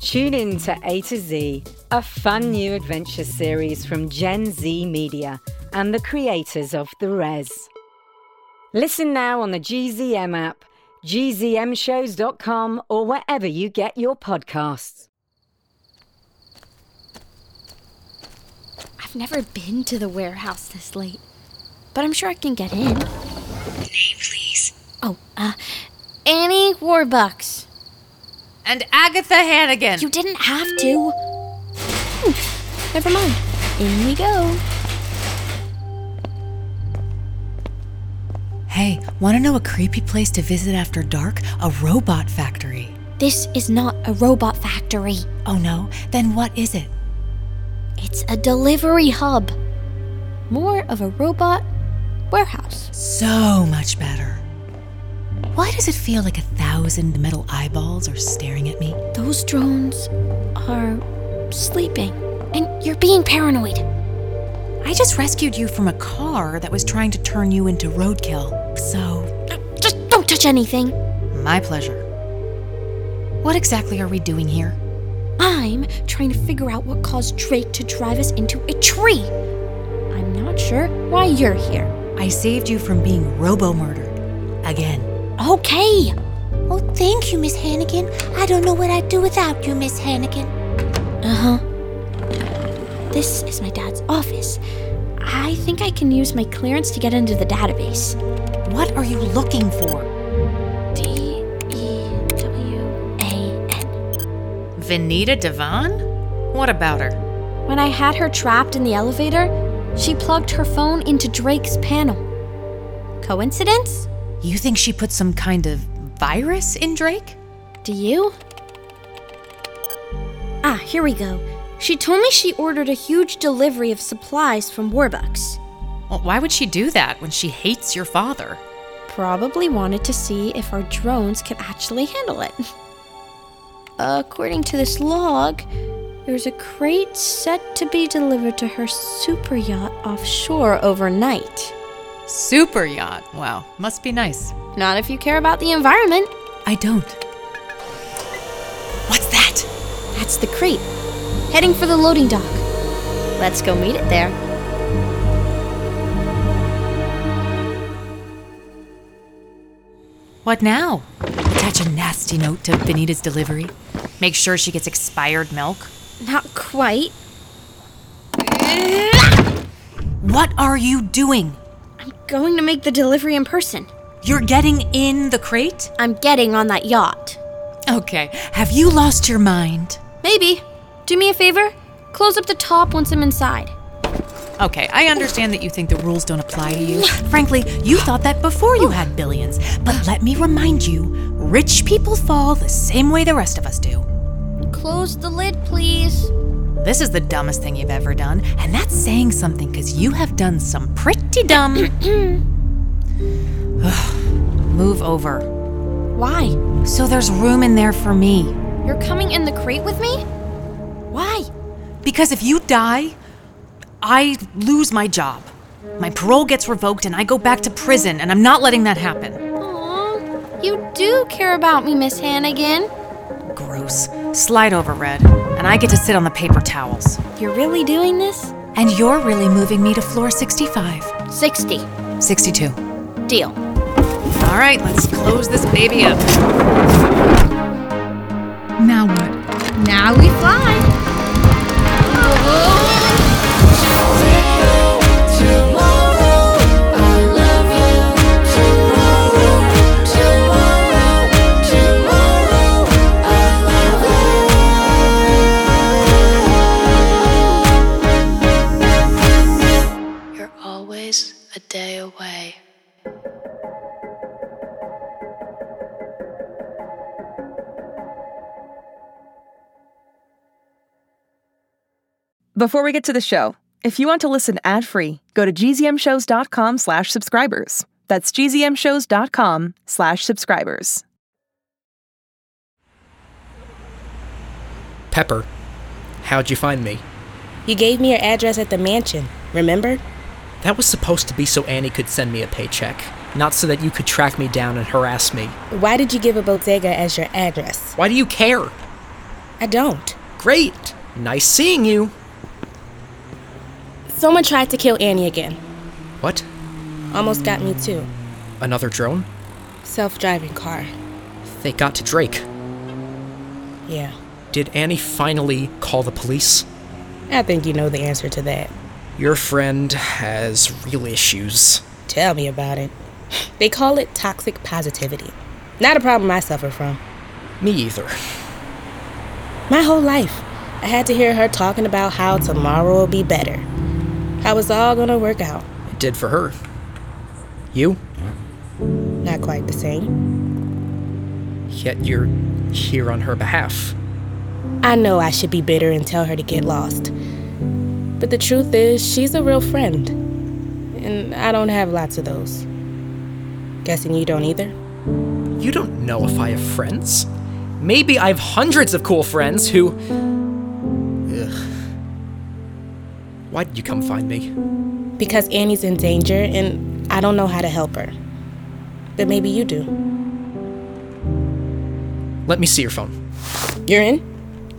Tune in to A to Z, a fun new adventure series from Gen Z Media and the creators of The Res. Listen now on the GZM app, gzmshows.com, or wherever you get your podcasts. I've never been to the warehouse this late, but I'm sure I can get in. Name, please. Oh, uh, Annie Warbucks. And Agatha Hannigan. You didn't have to. Hmm, Never mind. In we go. Hey, want to know a creepy place to visit after dark? A robot factory. This is not a robot factory. Oh no, then what is it? It's a delivery hub. More of a robot warehouse. So much better. Why does it feel like a thousand metal eyeballs are staring at me? Those drones are sleeping, and you're being paranoid. I just rescued you from a car that was trying to turn you into roadkill. So, Just don't touch anything. my pleasure. What exactly are we doing here? I'm trying to figure out what caused Drake to drive us into a tree. I'm not sure why you're here. I saved you from being robo murdered. Again. Okay. Oh, thank you, Miss Hannigan. I don't know what I'd do without you, Miss Hannigan. Uh huh. This is my dad's office. I think I can use my clearance to get into the database. What are you looking for? D E W A N. Venita Devan? What about her? When I had her trapped in the elevator, she plugged her phone into Drake's panel. Coincidence? You think she put some kind of virus in Drake? Do you? Ah, here we go. She told me she ordered a huge delivery of supplies from Warbucks. Well, why would she do that when she hates your father? Probably wanted to see if our drones can actually handle it. According to this log, there's a crate set to be delivered to her super yacht offshore overnight. Super yacht. Wow, must be nice. Not if you care about the environment. I don't. What's that? That's the crate. Heading for the loading dock. Let's go meet it there. What now? Attach a nasty note to Benita's delivery. Make sure she gets expired milk. Not quite. What are you doing? Going to make the delivery in person. You're getting in the crate? I'm getting on that yacht. Okay. Have you lost your mind? Maybe. Do me a favor? Close up the top once I'm inside. Okay, I understand that you think the rules don't apply to you. Frankly, you thought that before you had billions. But let me remind you rich people fall the same way the rest of us do. Close the lid, please. This is the dumbest thing you've ever done, and that's saying something because you have done some pretty dumb. Ugh, Move over. Why? So there's room in there for me. You're coming in the crate with me? Why? Because if you die, I lose my job. My parole gets revoked and I go back to prison, and I'm not letting that happen. Aw, you do care about me, Miss Hannigan. Gross. Slide over, Red, and I get to sit on the paper towels. You're really doing this? And you're really moving me to floor 65. 60. 62. Deal. All right, let's close this baby up. Now what? Now we fly. You're always a day away. Before we get to the show, if you want to listen ad-free, go to gzmshows.com slash subscribers. That's gzmshows.com slash subscribers. Pepper, how'd you find me? You gave me your address at the mansion, remember? That was supposed to be so Annie could send me a paycheck, not so that you could track me down and harass me. Why did you give a bodega as your address? Why do you care? I don't. Great! Nice seeing you! Someone tried to kill Annie again. What? Almost got me too. Another drone? Self driving car. They got to Drake. Yeah. Did Annie finally call the police? I think you know the answer to that. Your friend has real issues. Tell me about it. They call it toxic positivity. Not a problem I suffer from. Me either. My whole life, I had to hear her talking about how tomorrow will be better. How it's all gonna work out. It did for her. You? Not quite the same. Yet you're here on her behalf. I know I should be bitter and tell her to get lost. But the truth is, she's a real friend. And I don't have lots of those. Guessing you don't either? You don't know if I have friends. Maybe I have hundreds of cool friends who. Ugh. Why did you come find me? Because Annie's in danger and I don't know how to help her. But maybe you do. Let me see your phone. You're in?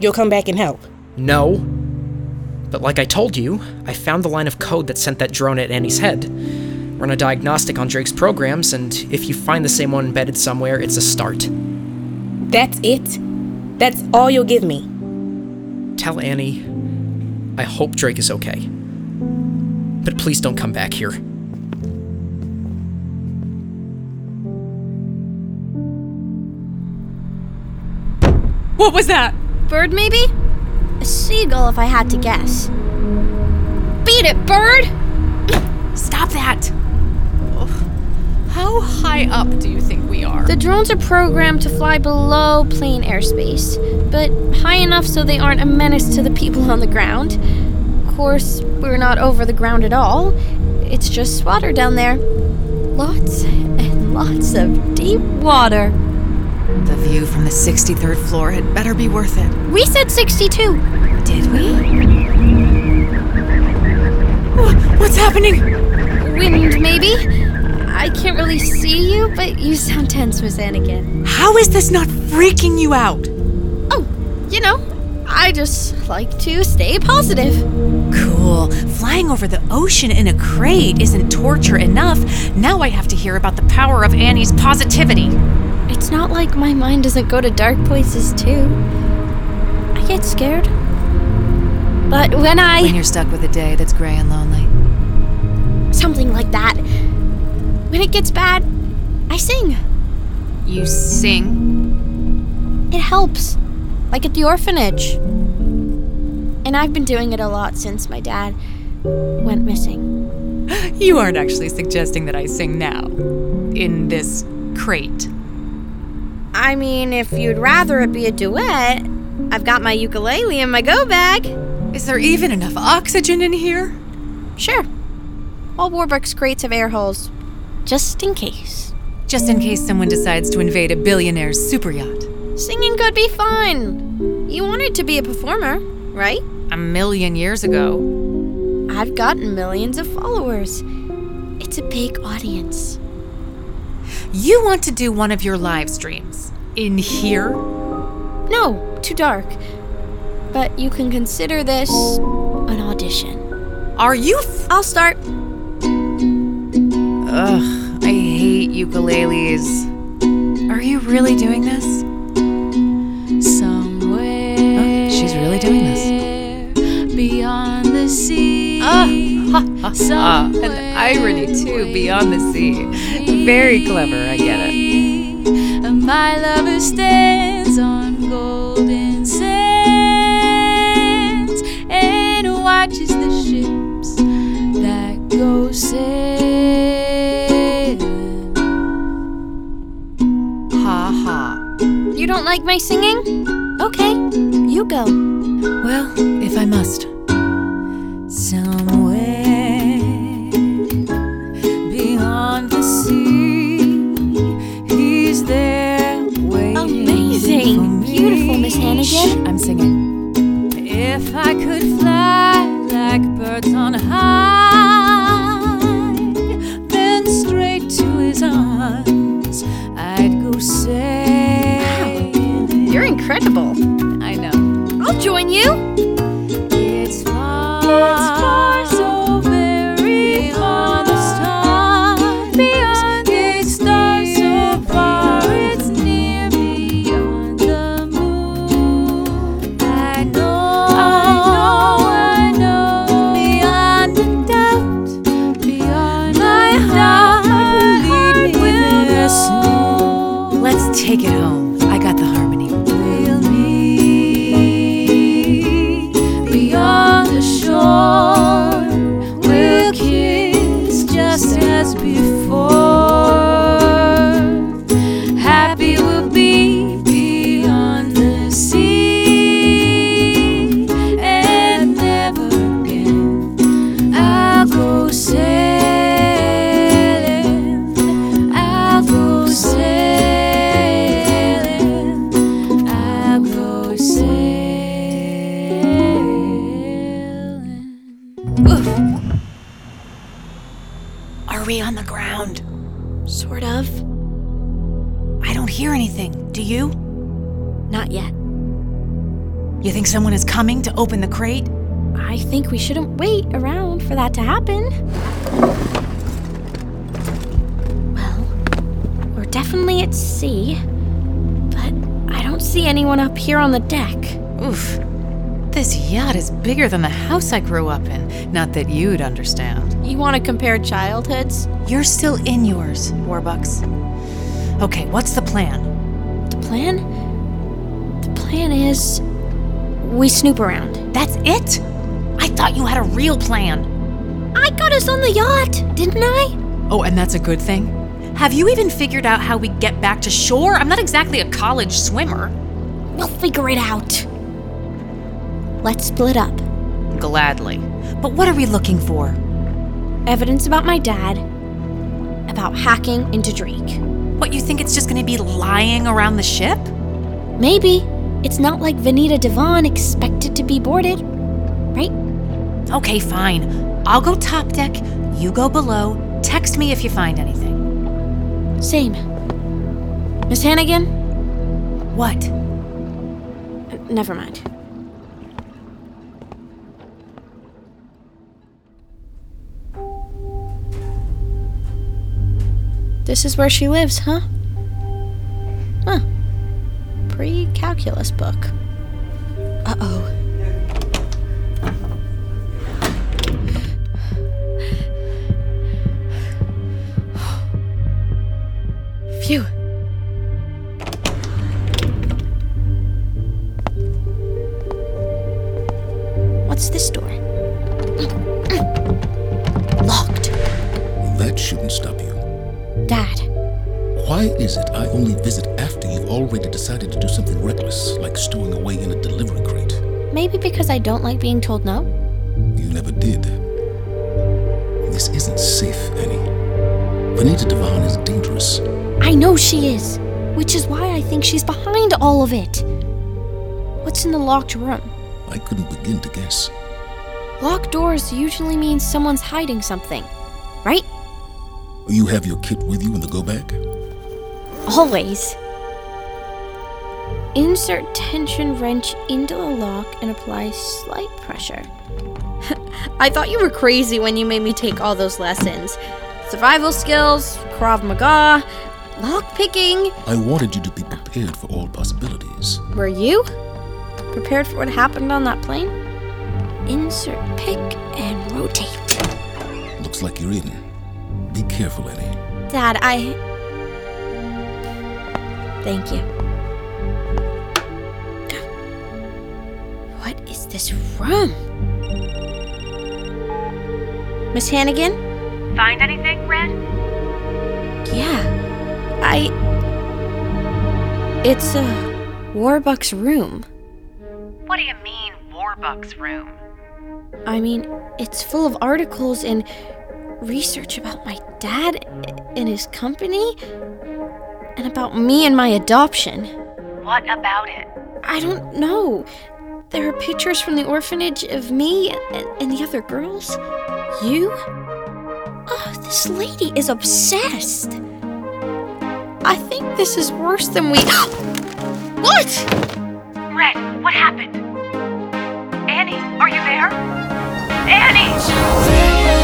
You'll come back and help. No. But like I told you, I found the line of code that sent that drone at Annie's head. Run a diagnostic on Drake's programs, and if you find the same one embedded somewhere, it's a start. That's it? That's all you'll give me. Tell Annie, I hope Drake is okay. But please don't come back here. What was that? Bird, maybe? A seagull, if I had to guess. Beat it, bird! Stop that! How high up do you think we are? The drones are programmed to fly below plane airspace, but high enough so they aren't a menace to the people on the ground. Of course, we're not over the ground at all. It's just swatter down there. Lots and lots of deep water. The view from the 63rd floor had better be worth it. We said 62. Did we? Wha- What's happening? Wind, maybe? I can't really see you, but you sound tense, Miss Anakin. How is this not freaking you out? Oh, you know, I just like to stay positive. Cool. Flying over the ocean in a crate isn't torture enough. Now I have to hear about the power of Annie's positivity. It's not like my mind doesn't go to dark places too. I get scared. But when When I. you're stuck with a day that's gray and lonely. something like that. When it gets bad, I sing. You sing. It helps. Like at the orphanage. And I've been doing it a lot since my dad went missing. You aren't actually suggesting that I sing now. In this crate. I mean, if you'd rather it be a duet, I've got my ukulele in my go bag. Is there even enough oxygen in here? Sure. All Warbucks crates have air holes. Just in case. Just in case someone decides to invade a billionaire's super yacht. Singing could be fun. You wanted to be a performer, right? A million years ago. I've got millions of followers. It's a big audience. You want to do one of your live streams. In here? No, too dark. But you can consider this an audition. Are you f- I'll start. Ugh, I hate ukuleles. Are you really doing this? Somewhere. she's really doing this. Ah, Beyond the sea. an irony too, beyond the sea. Very clever, I get it. My lover stands on golden sands and watches the ships that go sailing. Ha ha. You don't like my singing? Okay, you go. Well, if I must. if I could fly like birds on high, then straight to his arms I'd go sailing. You're incredible. I know. I'll join you. It's far, it's far, so very far. The star beyond the star, so far. It's near beyond the moon. I know, I know, I know. Beyond a doubt, beyond my heart, will lead me there soon. Let's take it home. I got the harmony. We'll meet beyond the shore. We'll kiss just as before. Happy we'll be beyond the sea and never again. I'll go sailing. I'll go sailing. I'll go sailing. Are we on the ground? Sort of. I don't hear anything. Do you? Not yet. You think someone is coming to open the crate? I think we shouldn't wait around for that to happen. Well, we're definitely at sea, but I don't see anyone up here on the deck. Oof. This yacht is bigger than the house I grew up in. Not that you'd understand. You want to compare childhoods? You're still in yours, Warbucks. Okay, what's the plan? The plan? The plan is we snoop around. That's it? I thought you had a real plan. I got us on the yacht, didn't I? Oh, and that's a good thing? Have you even figured out how we get back to shore? I'm not exactly a college swimmer. We'll figure it out. Let's split up. Gladly. But what are we looking for? Evidence about my dad, about hacking into Drake. What, you think it's just gonna be lying around the ship? Maybe it's not like Vanita Devon expected to be boarded, right? Okay, fine. I'll go top deck, you go below. Text me if you find anything. Same. Miss Hannigan? What? Uh, Never mind. This is where she lives, huh? Huh. Pre calculus book. Uh oh. Phew. What's this door? Locked. That shouldn't stop you. Dad. Why is it I only visit after you've already decided to do something reckless, like stowing away in a delivery crate? Maybe because I don't like being told no? You never did. This isn't safe, Annie. Vanita Devon is dangerous. I know she is, which is why I think she's behind all of it. What's in the locked room? I couldn't begin to guess. Locked doors usually means someone's hiding something, right? You have your kit with you in the go bag? Always. Insert tension wrench into the lock and apply slight pressure. I thought you were crazy when you made me take all those lessons. Survival skills, Krav Maga, lock picking. I wanted you to be prepared for all possibilities. Were you prepared for what happened on that plane? Insert pick and rotate. Looks like you're in. Be careful, Annie. Dad, I. Thank you. What is this room? Miss Hannigan? Find anything, Red? Yeah. I. It's, uh, Warbucks' room. What do you mean, Warbucks room? I mean, it's full of articles and research about my dad and his company, and about me and my adoption. What about it? I don't know. There are pictures from the orphanage of me and, and the other girls. You? Oh, this lady is obsessed. I think this is worse than we. what? Red, what happened? Annie, are you there? Annie!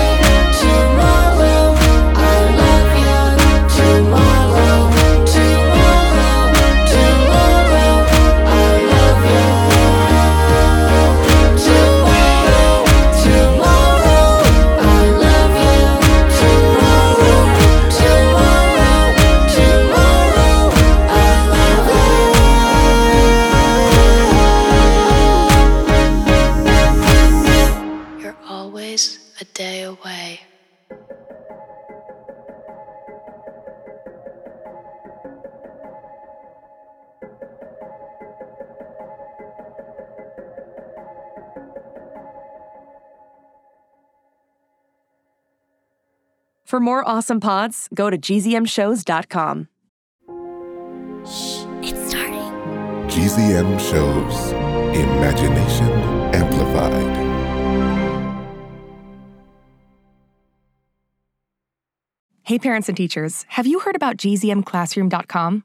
You're always a day away. For more awesome pods, go to gzmshows.com. GZM shows Imagination Amplified. Hey, parents and teachers, have you heard about gzmclassroom.com?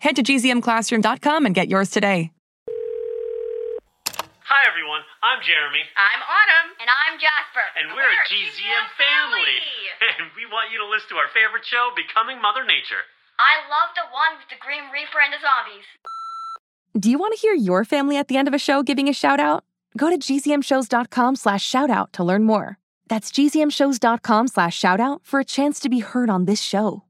Head to gzmclassroom.com and get yours today. Hi, everyone. I'm Jeremy. I'm Autumn. And I'm Jasper. And we're a GZM family. And we want you to listen to our favorite show, Becoming Mother Nature. I love the one with the Green Reaper and the zombies. Do you want to hear your family at the end of a show giving a shout out? Go to gzmshows.com slash shout out to learn more. That's gzmshows.com slash shout out for a chance to be heard on this show.